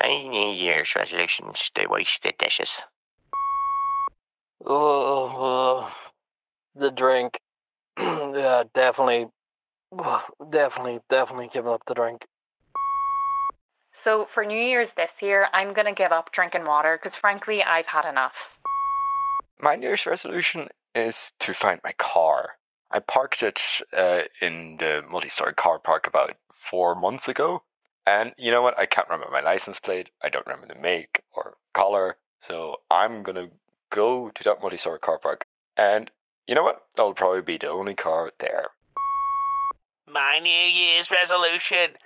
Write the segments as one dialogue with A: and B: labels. A: Many years resolutions to wash the dishes.
B: Oh, uh, the drink. yeah, definitely, definitely, definitely giving up the drink.
C: So for New Year's this year, I'm going to give up drinking water because frankly, I've had enough.
D: My New Year's resolution is to find my car. I parked it uh, in the multi story car park about four months ago. And you know what? I can't remember my license plate. I don't remember the make or color. So I'm going to go to that multi story car park. And you know what? That'll probably be the only car there.
E: My New Year's resolution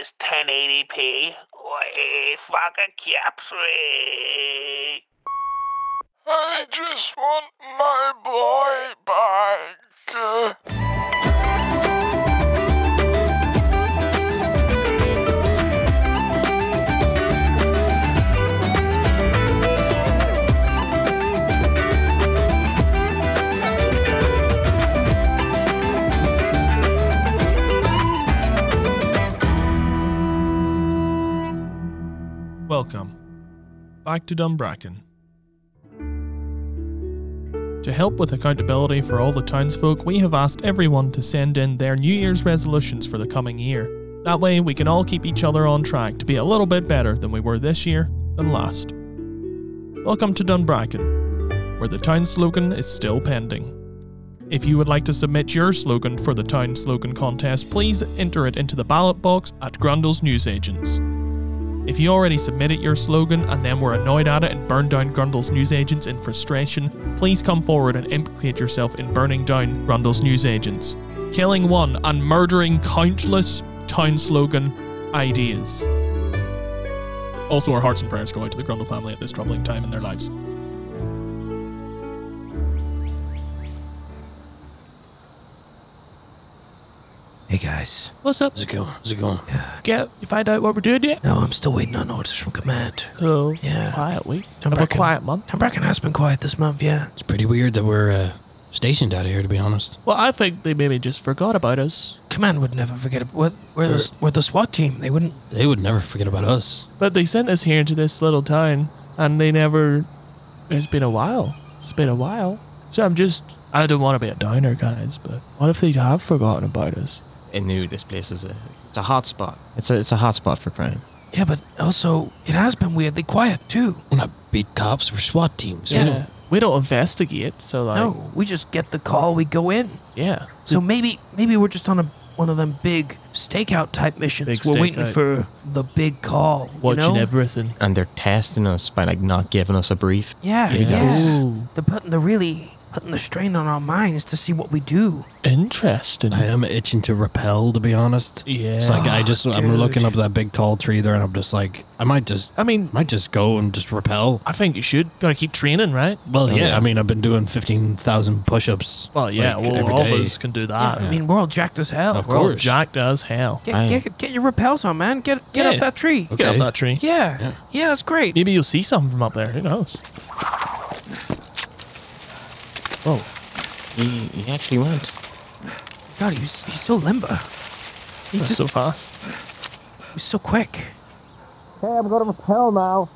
E: is 1080p or a fucking capsule.
F: I just want my boy back.
G: Welcome back to Dumbracken. To help with accountability for all the townsfolk, we have asked everyone to send in their New Year's resolutions for the coming year. That way, we can all keep each other on track to be a little bit better than we were this year than last. Welcome to Dunbracken, where the town slogan is still pending. If you would like to submit your slogan for the town slogan contest, please enter it into the ballot box at Grundle's Newsagents. If you already submitted your slogan and then were annoyed at it and burned down Grundle's newsagents in frustration, please come forward and implicate yourself in burning down Grundle's newsagents, killing one and murdering countless town slogan ideas. Also, our hearts and prayers go out to the Grundle family at this troubling time in their lives.
H: Hey guys,
G: What's up?
H: how's it going? How's it going? Yeah.
G: Get you find out what we're doing yet?
H: No, I'm still waiting on orders from command.
G: Cool.
H: Yeah.
G: Quiet week.
H: Have a
G: a
H: Dunbracken.
G: quiet
H: quiet
G: month.
H: I'm reckon has been quiet this month, yeah.
I: It's pretty weird that we're uh, stationed out here, to be honest.
G: Well, I think they maybe just forgot about us,
H: Command would never forget. ab- We're, we're, the, s- we're the SWAT team. They wouldn't.
I: They would never forget about us.
G: but they sent us here into this little town, and they never. It's been a while. It's been a while. So I'm just. I don't want to be a downer, guys, but what if they have forgotten about us?
J: I knew this place is a it's a hot spot. It's a it's a hot spot for crime.
H: Yeah, but also, it has been weirdly quiet, too.
I: We're not beat cops, we're SWAT teams.
H: Yeah.
G: We don't investigate, so like,
H: No, we just get the call, we go in.
G: yeah.
H: So maybe maybe we're just on a one of them big stakeout type missions.
G: Big
H: we're waiting
G: stakeout.
H: for the big call.
G: watching
H: you know?
G: everything.
J: And they're testing us by like not giving us a brief.
H: Yeah,
J: Yeah.
H: yeah.
G: Ooh,
H: They're putting the really putting the strain on our minds to see what we do.
G: interesting.
I: I am itching to repel, to be honest.
G: yeah.
I: It's like I
H: Ah,
I: just I'm
H: dude.
I: looking up that big tall tree there, and I'm just like I might just
G: I mean,
I: might just go and just repel.
G: I think you should. Gotta keep training, right?
I: Well, yeah,
J: yeah.
I: I mean I've been doing fifteen thousand push-ups.
G: Well, yeah.
I: like,
G: well,
I: every
G: all
I: day.
G: of us can do that.
H: I mean, we're all jacked as hell.
I: Of
G: We're all
I: course.
G: jacked as hell.
H: Get,
J: I-
H: get, get your repels on, man. Get get
G: Yeah.
H: up that tree.
G: Get up
I: Okay.
G: that tree.
H: Yeah. yeah, that's great.
G: Maybe you'll see something from up there. Who knows? Oh,
J: He, he actually went.
H: God, he's, he's so limber. He
G: that's
H: just
G: so fast.
H: he's so quick. Oh,
E: Hey, I'm gonna repel now.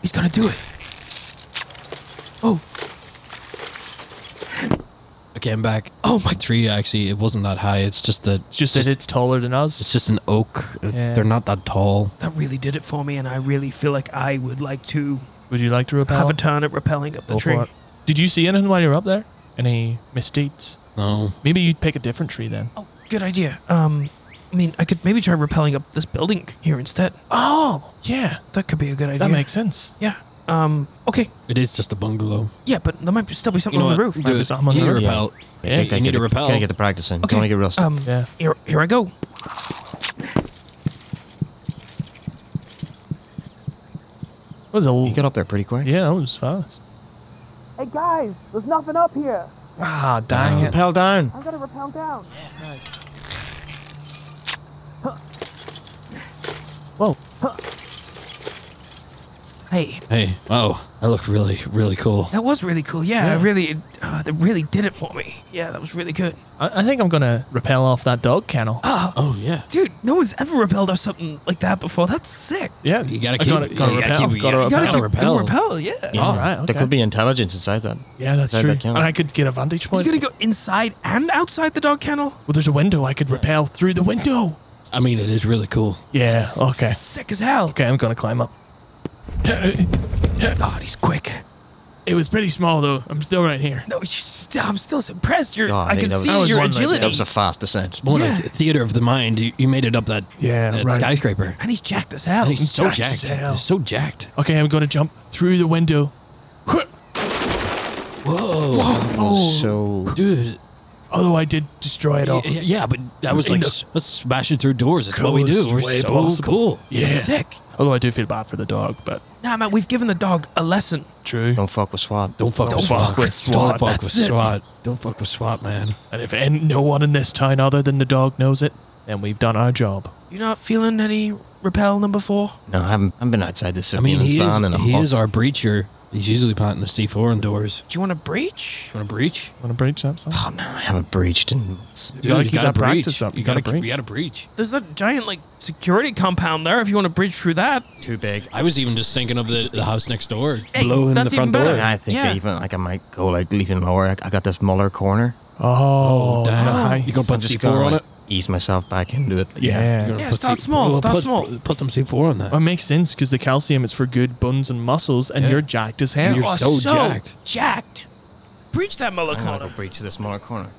H: He's gonna do it.
I: Okay, I'm back.
H: Oh my!
I: The tree actually it wasn't that high. It's just that
G: It's just that it's taller than us.
I: it's just an oak. Uh,
G: Yeah.
I: They're not that tall.
H: That really did it for me, and I really feel like I would like to
G: Would you like to repel?
H: have a turn at rappelling up the
G: Go for
H: tree.
G: it. Did you see anything while you were up there? Any misdeeds?
I: No,
G: Maybe you'd pick a different tree then.
H: Oh, good idea. Um, I mean, I could maybe try rappelling up this building here instead.
G: Oh, yeah.
H: That could be a good idea.
G: That makes sense.
H: yeah. Um, okay.
I: it is just a bungalow.
H: Yeah, but there might be, still be something on the
I: what?
H: roof.
I: Do it.
G: Maybe something on
I: You
G: the
I: need to
G: roof.
I: repel.
J: Yeah,
I: You need to repel.
J: Gotta get the practice in. Don't wanna get rusty.
H: Um,
G: Yeah.
H: here, here I go.
G: That was a
J: he got up there pretty quick.
G: yeah, that was fast.
E: Hey guys, there's nothing up here.
G: Ah, dang it.
J: Repel down.
E: I'm gonna repel down.
G: Whoa.
H: Hey,
I: Hey, oh, that looked really, really cool.
H: that was really cool. Yeah,
G: Yeah.
H: I really, it, uh, it really did it for me. Yeah, that was really good.
G: I, I think I'm gonna repel off that dog kennel.
H: Ah,
I: Oh yeah,
H: dude, no one's ever repelled off something like that before. That's sick.
G: Yeah,
I: you gotta
G: I
I: keep.
G: gotta-
I: yeah,
G: gotta
I: you
G: repel,
I: keep- yeah,
G: gotta
H: You
I: you
H: gotta, keep-
I: repel.
H: repel. Yeah.
J: Yeah,
G: All right,
J: There
G: okay.
J: could be intelligence inside that.
G: Yeah, that's
J: Inside
G: true.
J: that
G: And
J: kennel.
G: I could get a vantage
H: He's
G: point.
H: gonna go inside and outside the dog kennel.
G: well, there's a window. I could repel through the window.
I: I mean, it is really cool.
G: Yeah. Okay.
H: Sick as hell.
G: Okay, I'm gonna climb up.
H: God, Oh, he's quick.
G: It was pretty small though. I'm still right here.
H: No, you st- I'm still so impressed. You're,
J: Oh,
H: I
J: hey,
H: can
J: that was-
H: see
J: That was
H: your
G: one like
H: agility.
J: That was a fast ascent.
I: More
H: Yeah.
I: yeah. a theater of the mind. You, you made it up that
G: Yeah,
I: that
G: right.
I: skyscraper.
H: and he's jacked as hell.
I: And he's so
G: jacked as
I: jacked.
G: hell.
I: He's so jacked.
G: Okay, I'm gonna jump through the window.
I: Whoa,
J: So
I: dude.
G: Although I did destroy it
I: Yeah,
G: all.
I: yeah, but that was
G: In
I: like
G: the
I: s- let's smash it through doors. That's what we do.
G: coolest
I: We're
G: way
I: so
G: possible.
I: cool.
G: Yeah.
H: Sick.
G: Although I do feel bad for the dog, but
H: Nah, man, we've given the dog a lesson.
G: true.
J: don't fuck with SWAT.
I: Don't fuck
G: Don't
I: with
G: fuck
I: SWAT.
G: with SWAT.
I: Don't fuck
G: That's
I: with
G: it.
I: SWAT. Don't fuck with SWAT, man.
G: And if any, no one in this town other than the dog knows it, then we've done our job.
H: You not feeling any repel number four?
J: No, I haven't, I haven't been outside this
I: I mean,
J: surveillance
I: he, is,
J: van in a
I: he
J: month.
I: is our breacher. He's usually planting the C4 on doors.
H: Do you want a breach?
I: You want to breach?
G: Want to breach that? Sam?
J: Oh no, I haven't breached in months.
G: You gotta keep that
I: breach.
G: practice up.
I: You,
G: You
I: gotta,
G: gotta
I: breach.
G: breach.
I: You gotta breach.
H: There's that giant like security compound there. If you want to breach through that,
J: Too big.
I: I was even just thinking of the, the house next door.
H: Hey,
I: Blow him
H: that's
I: the front
H: even better.
I: door.
J: And I think
H: Yeah.
J: even like I might go like leaving lower. I, I got this Muller corner.
G: Oh,
I: damn.
G: nice.
I: You gonna
J: I'm
I: put
J: just
I: C4
J: gonna
I: on
J: like,
I: it?
J: ease myself back into it.
G: Yeah.
I: You're gonna
H: Yeah,
I: put
H: start
I: C-
H: small,
I: well,
H: start
I: put,
H: small.
I: Put some C4 on that.
G: Well, it makes sense because the calcium is for good bones and muscles, and
I: Yeah.
G: you're jacked as hell.
I: And
H: you
I: you're
H: are
I: so jacked. Oh
H: jacked. Breach that Muller
J: I'm gonna
H: corner.
J: go breach this Muller corner.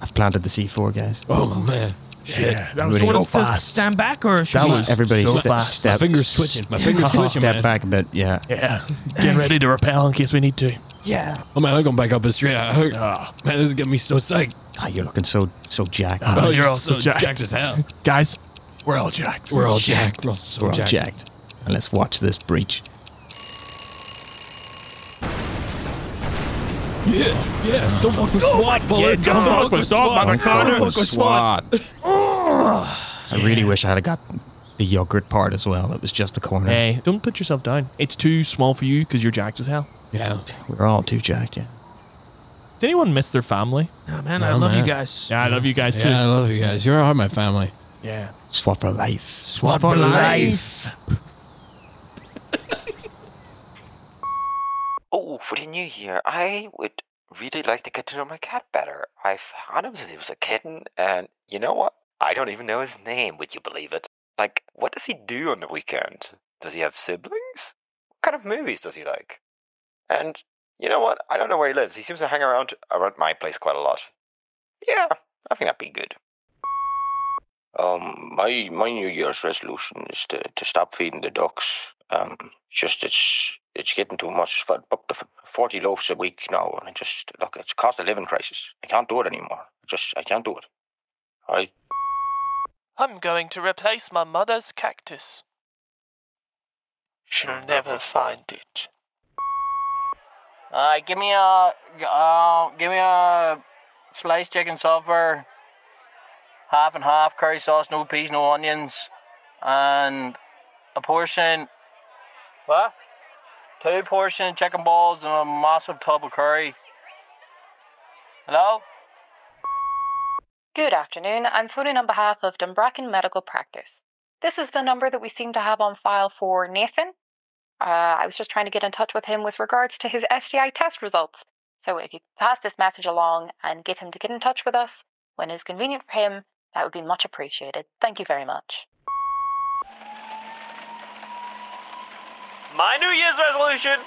J: I've planted the C4, guys.
I: oh man, shit.
G: Yeah, that
J: was
H: Do you
J: so
H: want us to stand back or should
G: That
H: we-
G: was-
J: Everybody
G: so
J: ste-
G: fast.
J: step.
I: My fingers twitching. My fingers twitching,
J: Step
I: man.
J: back a bit. Yeah.
G: Yeah, getting ready to repel in case we need to. Ah.
H: yeah.
I: Oh man, I'm going back up this tree. I hurt. man, this is getting me so psyched.
J: Ah, you're looking so so jacked.
G: Oh, you're all
I: so
G: so jacked.
I: jacked as hell.
G: Guys, we're all jacked.
I: We're all jacked. We're all so
J: We're all
I: jacked.
J: jacked. And let's watch this breach.
I: Yeah, yeah. Don't fuck with SWAT, bullet.
G: don't fuck with SWAT,
I: Don't
G: motherfucker.
I: fuck with SWAT.
J: I really wish I had got the yogurt part as well. It was just the corner.
G: Hey, don't put yourself down. It's too small for you because you're jacked as hell.
I: Yeah.
J: We're all too jacked, yeah.
G: Did anyone miss their family?
H: Nah, man, I
I: Nah,
H: love you
I: man.
H: guys.
G: Yeah, I love you guys too.
I: Yeah, I love you guys. You are my family.
G: Yeah.
J: SWAT for life.
H: SWAT for life.
K: Oh, for the new year, I would really like to get to know my cat better. I've had him since he was a kitten, and you know what? I don't even know his name, would you believe it? Like, what does he do on the weekend? Does he have siblings? What kind of movies does he like? And you know what? I don't know where he lives. He seems to hang around around my place quite a lot. Yeah, I think that'd be good.
A: Um, my my New Year's resolution is to, to stop feeding the ducks. Um, just it's it's getting too much. It's fu- up to f- forty loaves a week now, and I just look, it's cost of living crisis. I can't do it anymore. I just I can't do it. All right. I'm going to replace my mother's cactus. She'll never find it.
L: Uh, give me a uh, give me a sliced chicken supper, half and half curry sauce, no peas, no onions, and a portion. What? Two portion chicken balls and a massive tub of curry. Hello?
M: Good afternoon. I'm phoning on behalf of Dumbracken Medical Practice. This is the number that we seem to have on file for Nathan. Uh, I was just trying to get in touch with him with regards to his STI test results. So if you could pass this message along and get him to get in touch with us when it's convenient for him, that would be much appreciated. Thank you very much.
L: My New Year's resolution?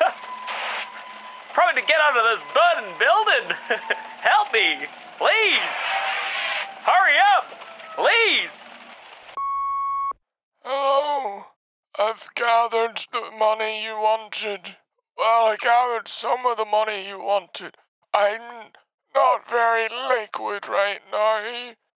L: Probably to get out of this bud and building. Help me, please. Hurry up, please.
F: Hello. Oh, I've gathered the money you wanted. Well, I gathered some of the money you wanted. I'm not very liquid right now.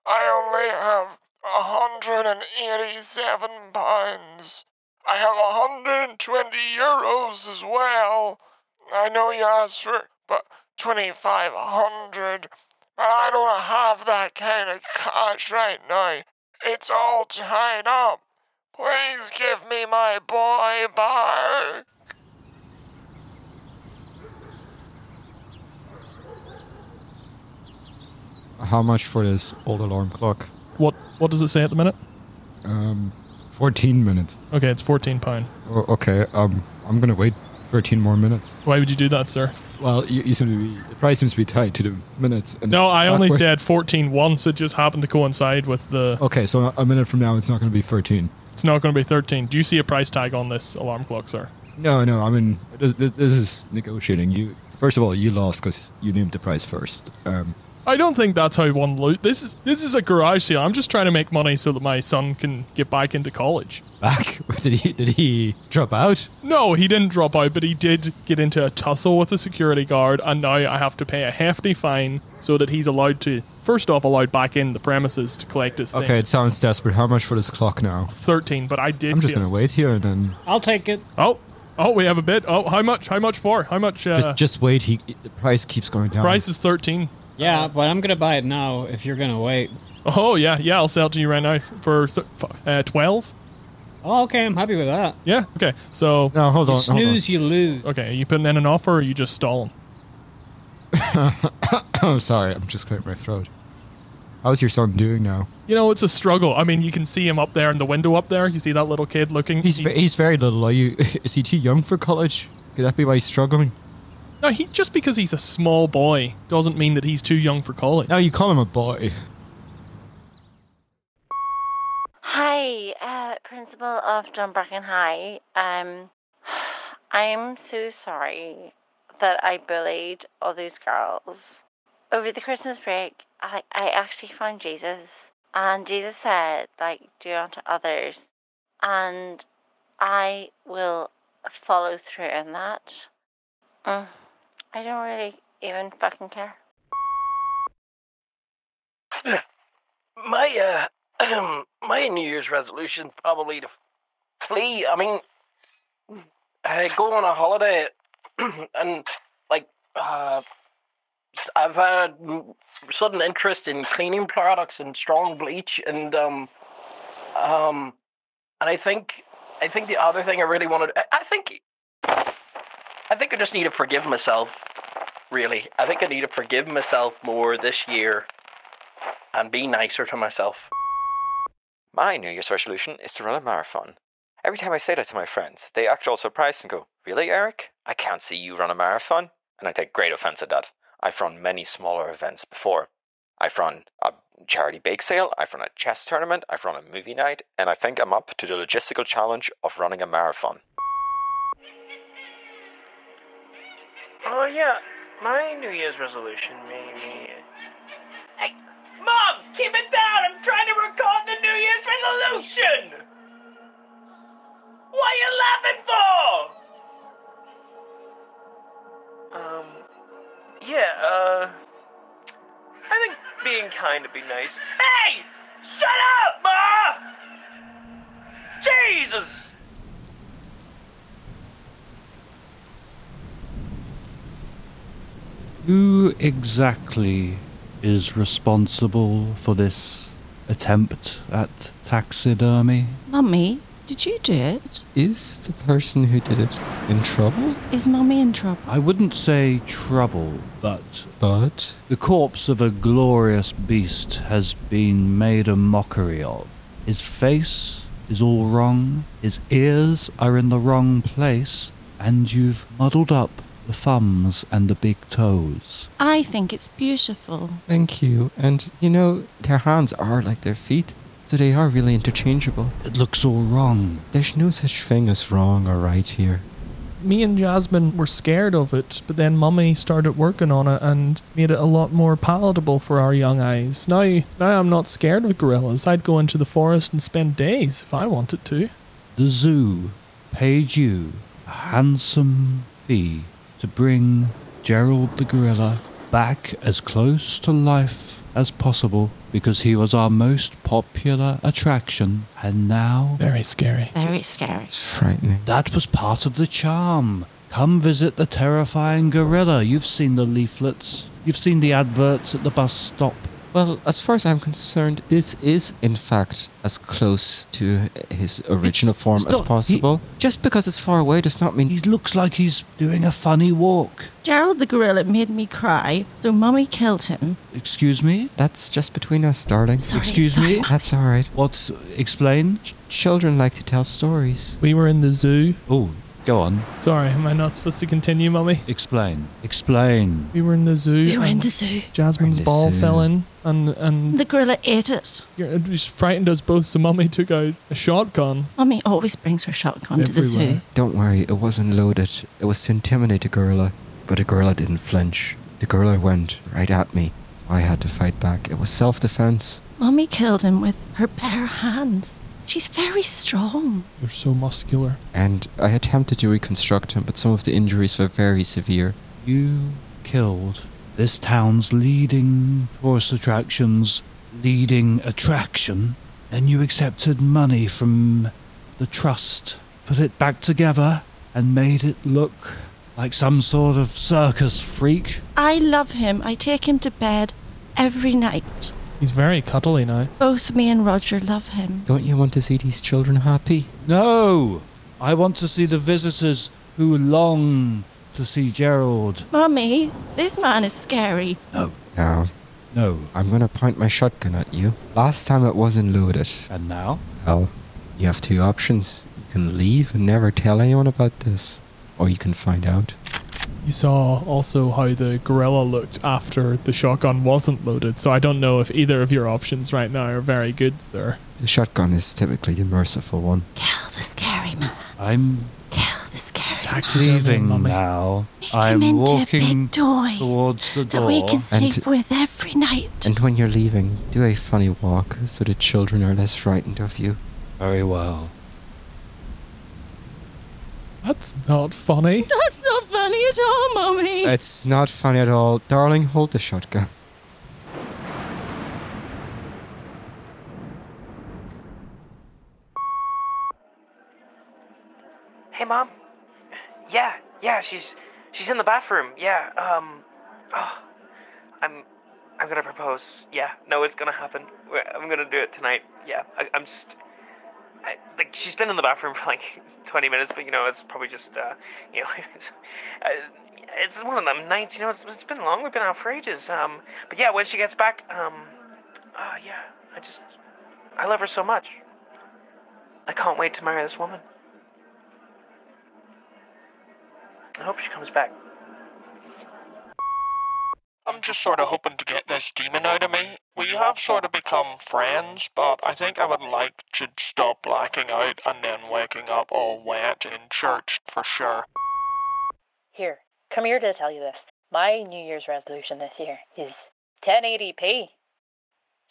F: I only have a hundred and eighty-seven pounds. I have a hundred and twenty euros as well. I know you asked for but twenty-five hundred, but I don't have that kind of cash right now. It's all tied up. Please give me my boy back.
D: How much for this old alarm clock?
G: What what does it say at the minute?
D: Um, 14 minutes.
G: Okay, it's 14 pound.
D: O- okay, um, I'm gonna wait 13 more minutes.
G: Why would you do that, sir?
D: Well, you, you seem to be, the price seems to be tied to the minutes. And
G: No, I only
D: backwards.
G: said 14 once. It just happened to coincide with the.
D: Okay, so a minute from now, it's not gonna be 13.
G: It's not going to be 13. Do you see a price tag on this alarm clock, sir?
D: No, no, I mean, this, this- this is negotiating. You, first of all, you lost because you named the price first. Um,
G: I don't think that's how one lo This is this is a garage sale. I'm just trying to make money so that my son can get back into college.
D: back? Did he, did he drop out?
G: No, he didn't drop out, but he did get into a tussle with a security guard, and now I have to pay a hefty fine so that he's allowed to, first off, allowed back in the premises to collect his
D: Okay,
G: thing.
D: it sounds desperate. How much for this clock now?
G: 13, but I did.
D: I'm just
G: feel-
D: gonna wait here and then
N: I'll take it.
G: Oh, oh, we have a bid. Oh, how much? How much for? How much? Uh,
D: just just wait. He the price keeps going down.
G: price is 13.
N: Yeah, but I'm gonna buy it now if you're gonna wait.
G: Oh yeah, yeah. I'll sell it to you right now f- for th- f- uh, 12.
N: Oh, okay, I'm happy with that.
G: Yeah. Okay. So
D: No, hold
N: You
D: on. Hold on.
N: snooze, you lose.
G: okay, are you putting in an offer, or are you just stalling?
D: Oh, sorry. I'm just clearing my throat. How's your son doing now?
G: You know, it's a struggle. I mean, you can see him up there in the window up there. You see that little kid looking.
D: He's
G: He-
D: ve- he's very little. Are you? Is he too young for college? Could that be why he's struggling?
G: No, he just because he's a small boy doesn't mean that he's too young for college.
D: No, you call him a boy.
O: Hi, uh, Principal of Dunbracken High. Um, I'm so sorry that I bullied all those girls. Over the Christmas break, I, I actually found Jesus, and Jesus said, like, do unto others, and I will follow through on that. Mm, I don't really even fucking care.
L: My uh, my New Year's resolution probably to flee. I mean, I go on a holiday and like uh, s- I've had mm, sudden interest in cleaning products and strong bleach and um um and I think I think the other thing I really wanted I, I think I think I just need to forgive myself. Really, I think I need to forgive myself more this year and be nicer to myself.
K: My New Year's resolution is to run a marathon. Every time I say that to my friends, they act all surprised and go, Really, Eric? I can't see you run a marathon? And I take great offense at that. I've run many smaller events before. I've run a charity bake sale, I've run a chess tournament, I've run a movie night, and I think I'm up to the logistical challenge of running a marathon.
L: Oh yeah, my New Year's resolution maybe. Hey, mom, keep it down! I'm trying to record the New Year's resolution. What are you laughing for? Um, yeah, uh, I think being kind would be nice. Hey, shut up, ma! Jesus!
P: Who exactly is responsible for this attempt at taxidermy?
Q: Mummy, did you do it?
D: Is the person who did it in trouble?
Q: Is Mummy in trouble?
P: I wouldn't say trouble, but.
D: But
P: The corpse of a glorious beast has been made a mockery of. His face is all wrong, his ears are in the wrong place, and you've muddled up the thumbs and the big toes.
Q: I think it's beautiful.
R: Thank you. And you know, their hands are like their feet, so they are really interchangeable.
P: It looks all wrong.
R: There's no such thing as wrong or right here.
G: Me and Jasmine were scared of it, but then Mummy started working on it and made it a lot more palatable for our young eyes. Now, now I'm not scared of gorillas. I'd go into the forest and spend days if I wanted to.
P: The zoo paid you a handsome fee to bring Gerald the gorilla back as close to life as possible because he was our most popular attraction and now
G: Very scary.
Q: Very scary.
R: Frightening.
P: That was part of the charm. Come visit the terrifying gorilla. You've seen the leaflets. You've seen the adverts at the bus stop.
R: Well, as far as I'm concerned, this is in fact as close to his original form
P: it's
R: as
P: not-
R: possible. Just because it's far away does not mean
P: he looks like he's doing a funny walk.
Q: Gerald the gorilla made me cry, so Mummy killed him.
P: Excuse me?
R: That's just between us, darling.
Q: Sorry, Excuse sorry, me? Mummy.
R: That's all right.
P: What? Explain.
R: Ch- children like to tell stories.
G: We were in the zoo.
P: Oh, go on.
G: Sorry, am I not supposed to continue, Mummy?
P: Explain. Explain.
G: We were in the zoo. Um,
Q: We were in
G: and
Q: the zoo.
G: Jasmine's
P: We're in the
G: ball
P: zoo.
G: fell in, and and
Q: The gorilla ate it.
G: it just frightened us both. So Mummy took out a shotgun.
Q: Mummy always brings her shotgun to the zoo.
G: Everywhere.
R: Don't worry, it wasn't loaded. It was to intimidate a gorilla, but the gorilla didn't flinch. The gorilla went right at me. I had to fight back. It was self-defense.
Q: Mummy killed him with her bare hand. She's very strong.
G: You're so muscular.
R: and I attempted to reconstruct him, but some of the injuries were very severe.
P: You killed this town's leading tourist attractions, leading attraction, and you accepted money from the trust, put it back together, and made it look like some sort of circus freak.
Q: I love him. I take him to bed every night.
G: He's very cuddly now.
Q: Both me and Roger love him.
R: Don't you want to see these children happy?
P: No! I want to see the visitors who long to see Gerald.
Q: Mummy, this man is scary.
P: No,
R: Now,
P: no.
R: I'm gonna point my shotgun at you. Last time it wasn't loaded.
P: And now?
R: Well, you have two options. You can leave and never tell anyone about this, or you can find out.
G: You saw also how the gorilla looked after the shotgun wasn't loaded. So I don't know if either of your options right now are very good, sir.
R: The shotgun is typically the merciful one.
Q: Kill the scary man.
P: I'm
Q: Kill the scary man.
P: leaving
G: Mummy.
P: now.
Q: Make him
P: I'm
Q: into a
P: walking
Q: big toy
P: towards the
Q: that we
P: door.
Q: can sleep
R: And-
Q: with every night.
R: And when you're leaving, do a funny walk so the children are less frightened of you.
P: Very well.
G: That's not funny.
Q: That's not funny at all, Mummy.
R: It's not funny at all. Darling, hold the shotgun.
L: Hey, mom. Yeah, yeah, she's she's in the bathroom. Yeah. Um. Oh, I'm I'm gonna propose. Yeah. No, it's gonna happen. We're- I'm gonna do it tonight. Yeah. I, I'm just. I, like she's been in the bathroom for like 20 minutes, but you know it's probably just uh, you know, it's, uh, it's one of them nights. You know, it's, it's been long. We've been out for ages. Um, but yeah, when she gets back, um, uh, yeah, I just I love her so much. I can't wait to marry this woman. I hope she comes back.
F: I'm just sort of hoping to get this demon out of me. We have sort of become friends, but I think I would like to stop blacking out and then waking up all wet in church for sure.
S: Here, come here to tell you this. My New Year's resolution this year is 1080p.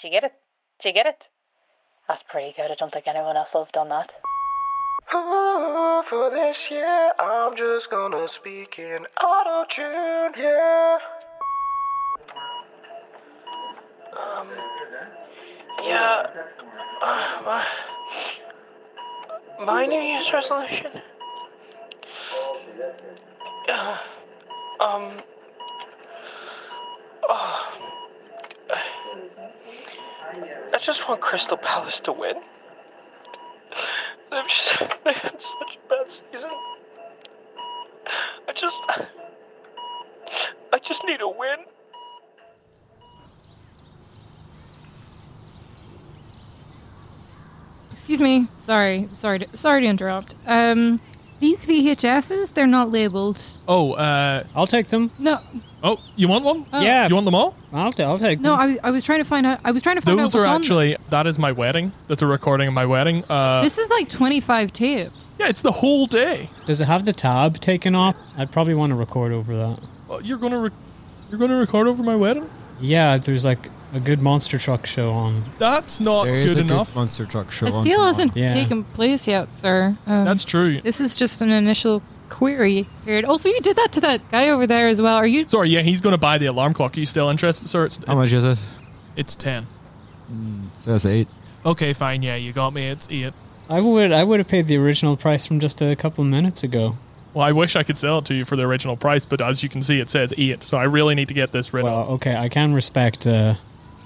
S: Did you get it? Did you get it? That's pretty good. I don't think anyone else will have done that.
T: Oh, for this year, I'm just gonna speak in auto tune, yeah.
L: Um, yeah. Uh, my, my New Year's resolution. Uh, um. Oh, I just want Crystal Palace to win. They've just they had such a bad season. I just I just need a win.
C: Excuse me. Sorry. Sorry. To, sorry to interrupt. Um, these VHSs, they're not labeled.
G: Oh, uh.
N: I'll take them.
C: No.
G: Oh, you want one?
C: Oh. Yeah.
G: You want them all?
N: I'll, t- I'll take
C: No, I, I was trying to find out. I was trying to find
G: Mm-hmm. Those
C: out
G: are
C: what's on them.
G: actually that is my wedding. That's a recording of my wedding. Uh,
C: This is like 25 tapes.
G: yeah, it's the whole day.
N: Does it have the tab taken off? I'd probably want to record over that.
G: Well, oh, you're gonna re- you're gonna record over my wedding.
N: Yeah, there's like a good monster truck show on.
G: That's not
D: There
G: good
D: is a
G: enough.
D: good monster truck show.
C: The
D: on
C: seal hasn't
N: Yeah.
C: taken place yet, sir. Um,
G: That's true.
C: This is just an initial query period. Also, you did that to that guy over there as well. Are you?
G: Sorry, yeah, he's gonna buy the alarm clock. Are you still interested, sir? It's,
D: How much
G: it's-
D: is it?
G: It's ten.
D: Mm, says eight.
G: Okay, fine. Yeah, you got me. It's eight.
N: I would I would have paid the original price from just a couple of minutes ago.
G: Well, I wish I could sell it to you for the original price, but as you can see, it says eight. So I really need to get this rid of.
N: Okay, I can respect uh,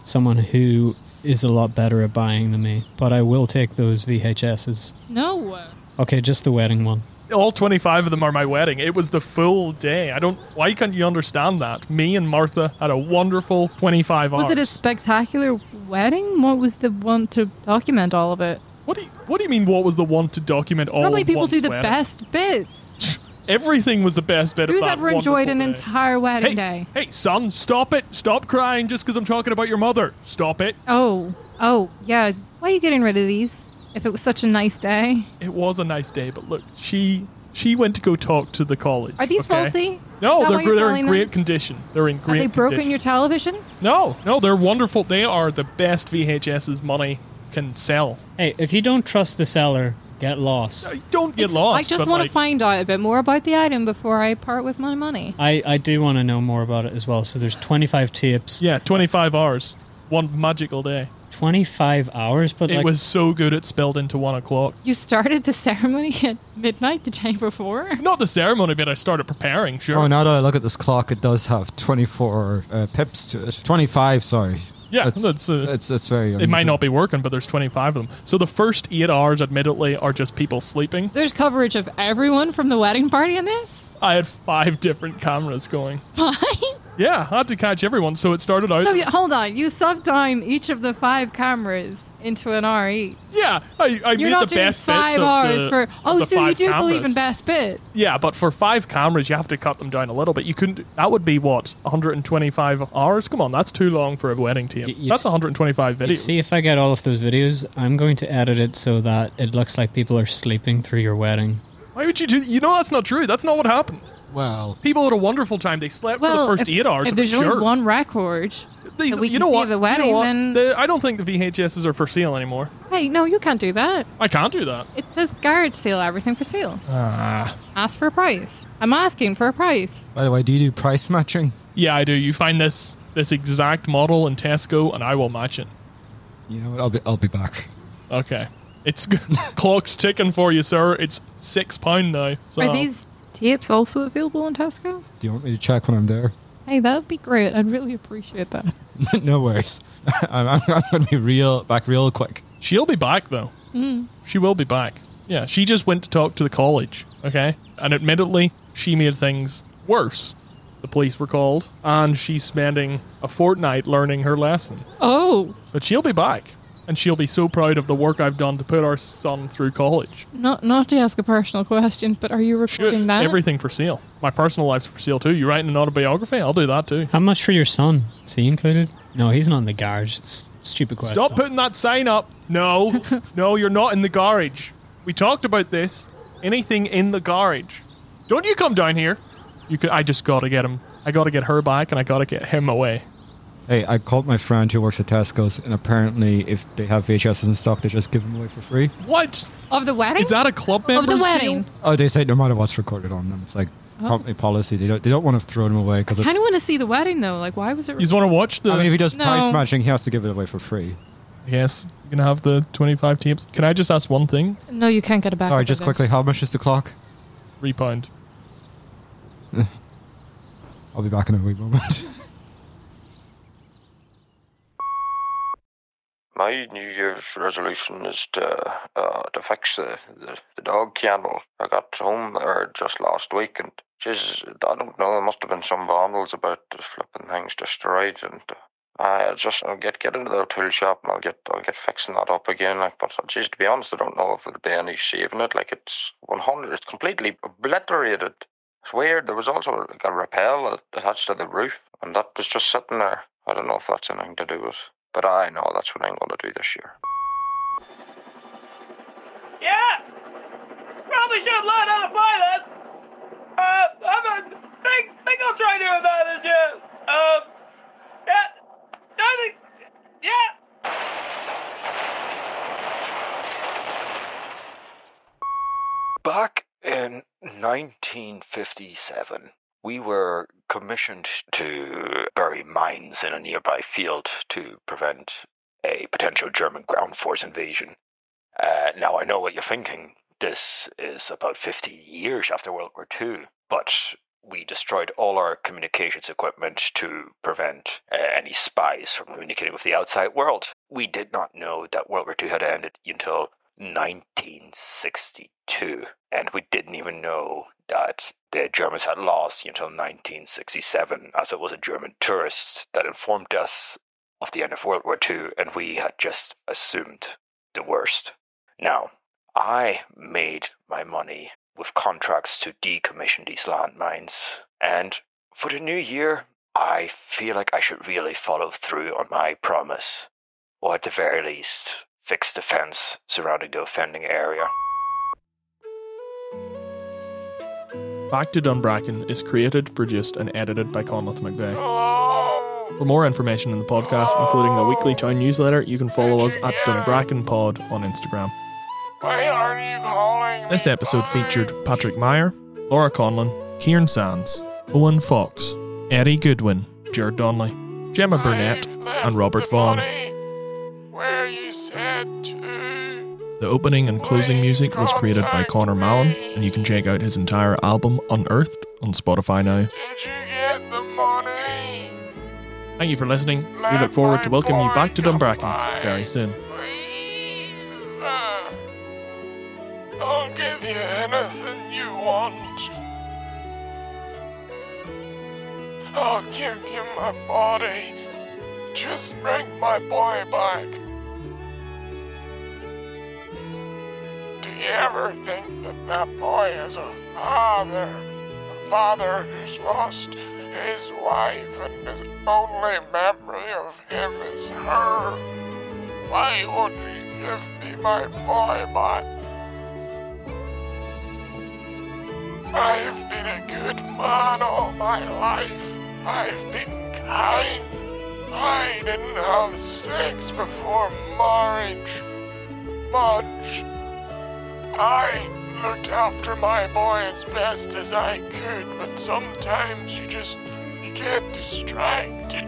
N: someone who is a lot better at buying than me, but I will take those VHSs.
C: No.
N: Okay, just the wedding one.
G: All 25 of them are my wedding. It was the full day. I don't. Why can't you understand that? Me and Martha had a wonderful 25
C: Was
G: hours.
C: it a spectacular wedding? What was the one to document all of it?
G: what do you What do you mean? What was the one to document all?
C: Normally
G: of
C: people
G: one's
C: do the
G: wedding?
C: best bits.
G: Everything was the best bit
C: Who's
G: of that.
C: ever enjoyed
G: wonderful
C: an
G: day.
C: entire wedding
G: Hey,
C: day?
G: Hey, son, stop it! Stop crying just because I'm talking about your mother. Stop it!
C: Oh, oh, yeah. Why are you getting rid of these? If it was such a nice day.
G: It was a nice day, but look, she she went to go talk to the college.
C: Are these
G: okay?
C: faulty?
G: No,
C: Is that
G: they're
C: why you're
G: they're
C: telling
G: in
C: them?
G: great condition. They're in
C: Are
G: great
C: they broken
G: condition.
C: your television?
G: No, no, they're wonderful. They are the best VHSs money can sell.
N: Hey, if you don't trust the seller, get lost.
G: Don't get lost.
C: I just
N: but,
C: want
N: like-
C: to find out a bit more about the item before I part with my money.
N: I, I do want to know more about it as well. So there's 25 tips.
G: Yeah, 25 hours. One magical day.
N: 25 hours, but
G: it
N: like,
G: was so good it spilled into one o'clock.
C: You started the ceremony at midnight the day before?
G: Not the ceremony, but I started preparing. Sure.
D: Oh, now that I look at this clock, it does have 24 uh, pips to it. 25, sorry.
G: Yeah,
D: that's
G: that's, uh,
D: it's, it's very.
G: It might
D: unusual.
G: not be working, but there's 25 of them. So the first eight hours, admittedly, are just people sleeping.
C: There's coverage of everyone from the wedding party in this?
G: I had five different cameras going.
C: Five?
G: Yeah, I had to catch everyone. So it started out.
C: So, you- hold on. You subbed down each of the five cameras into an RE.
G: yeah, I, I made
C: You're not
G: the
C: doing
G: best
C: five
G: bits
C: hours
G: of the,
C: for.
G: of
C: Oh,
G: the
C: so you
G: five
C: do believe in
G: cameras.
C: best bit.
G: Yeah, but for five cameras, you have to cut them down a little bit. You couldn't. That would be what 125 hours. Come on, that's too long for a wedding team.
N: you
G: that's
N: s-
G: 125
N: you
G: videos.
N: see if I get all of those videos, I'm going to edit it so that it looks like people are sleeping through your wedding.
G: Why would you do? You know that's not true. That's not what happened.
D: Well,
G: people had a wonderful time. They slept
C: Well,
G: for the first
C: if,
G: eight hours.
C: if
G: I'm
C: there's
G: sure.
C: only one record,
G: These-
C: that we
G: you
C: can
G: know
C: see
G: what?
C: of the wedding,
G: you know what?
C: then-
G: The- I don't think the VHSs are for sale anymore.
C: hey, no, you can't do that.
G: I can't do that.
C: It says garage sale, everything for sale.
G: Ah.
C: Ask for a price. I'm asking for a price.
D: By the way, do you do price matching?
G: Yeah, I do. You find this this exact model in Tesco, and I will match it.
D: You know what? I'll be, I'll be back.
G: Okay. It's clock's ticking for you, sir. It's six pound now. So.
C: Are these tapes also available in Tesco?
D: Do you want me to check when I'm there?
C: Hey, that would be great. I'd really appreciate that.
D: no worries. I'm, I'm, I'm going to be real back real quick.
G: She'll be back though.
C: Mm.
G: She will be back. Yeah, she just went to talk to the college, okay? And admittedly, she made things worse. The police were called, and she's spending a fortnight learning her lesson.
C: Oh,
G: But she'll be back, and she'll be so proud of the work I've done to put our son through college.
C: not not to ask a personal question, but are you recording that?
G: Everything for sale. My personal life's for sale too. You writing an autobiography? I'll do that too.
N: How much for your son? Is he included? No, he's not in the garage. It's a stupid question.
G: Stop putting that sign up. No, no, you're not in the garage. We talked about this. Anything in the garage. Don't you come down here. You could, I just gotta get him. I gotta get her back and I gotta get him away.
D: Hey, I called my friend who works at Tesco's, and apparently, if they have VHSs in stock, they just give them away for free.
G: What?
C: Of the wedding?
G: Is that a club
C: Of
G: member's
C: the
G: deal?
C: wedding.
D: Oh, they say no matter what's recorded on them, it's like
C: Oh.
D: company policy. They don't they don't want to throw them away because
C: I kind of want to see the wedding though. Like, why was it?
G: You just want to watch the.
D: I mean, if he does
C: No.
D: price matching, he has to give it away for free.
G: Yes, you're gonna have the 25 teams. Can I just ask one thing?
C: no, you can't get it back.
D: Sorry,
C: after
D: just
C: this.
D: quickly, how much is the clock?
G: Three pound.
D: I'll be back in a wee moment.
A: My New Year's resolution is to uh, to fix the, the, the dog kennel. I got home there just last week and geez, I don't know, there must have been some vandals about the flipping things destroyed and uh, I just I'll get get into the tool shop and I'll get I'll get fixing that up again. Like, but geez, to be honest, I don't know if there'll be any saving it. Like, it's one hundred, it's completely obliterated. It's weird. There was also like a rappel attached to the roof, and that was just sitting there. I don't know if that's anything to do with. But I know that's what I'm going to do this year.
E: Yeah. Probably should learn how to fly that. Uh, I'm a, think, think I'll try doing that this year. Um, yeah. I think, yeah.
K: Back in 1957, we were commissioned to bury mines in a nearby field to prevent a potential German ground force invasion. Uh, now, I know what you're thinking. This is about 50 years after World War II, but we destroyed all our communications equipment to prevent uh, any spies from communicating with the outside world. We did not know that World War II had ended until 1962, and we didn't even know that the Germans had lost until 1967, as it was a German tourist that informed us of the end of World War II, and we had just assumed the worst. Now, I made my money with contracts to decommission these landmines, and for the new year, I feel like I should really follow through on my promise, or at the very least, fix the fence surrounding the offending area.
G: Back to Dunbracken is created, produced, and edited by Conleth McVeigh.
F: Oh.
G: For more information on the podcast, including the weekly town newsletter, you can follow us at Dunbracken Pod on Instagram.
F: Why are you calling
G: This episode featured Patrick Meyer, Laura Conlon, Kieran Sands, Owen Fox, Eddie Goodwin, Jared Donnelly, Gemma Burnett, and Robert Vaughn.
F: where you said to?
G: The opening and closing music was created by Connor Mallon, and you can check out his entire album Unearthed on Spotify now.
F: Did you get the money?
G: Thank you for listening. We look forward to welcoming you back to Dunbracken very soon.
F: Uh, I'll give you anything you want. I'll give you my body. Just bring my boy back. Do you ever think that that boy is a father? A father who's lost his wife and his only memory of him is her. Why would you give me my boy back? I've been a good man all my life. I've been kind. I didn't have sex before marriage. Much. I looked after my boy as best as I could, but sometimes you just you get distracted.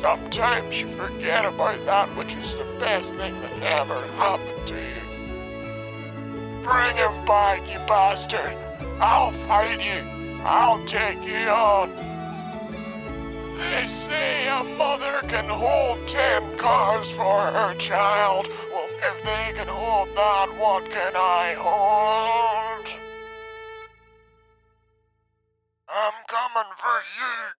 F: Sometimes you forget about that which is the best thing that ever happened to you. Bring him back, you bastard! I'll fight you! I'll take you on! They say a mother can hold ten cars for her child. Well, if they can hold that, what can I hold? I'm coming for you!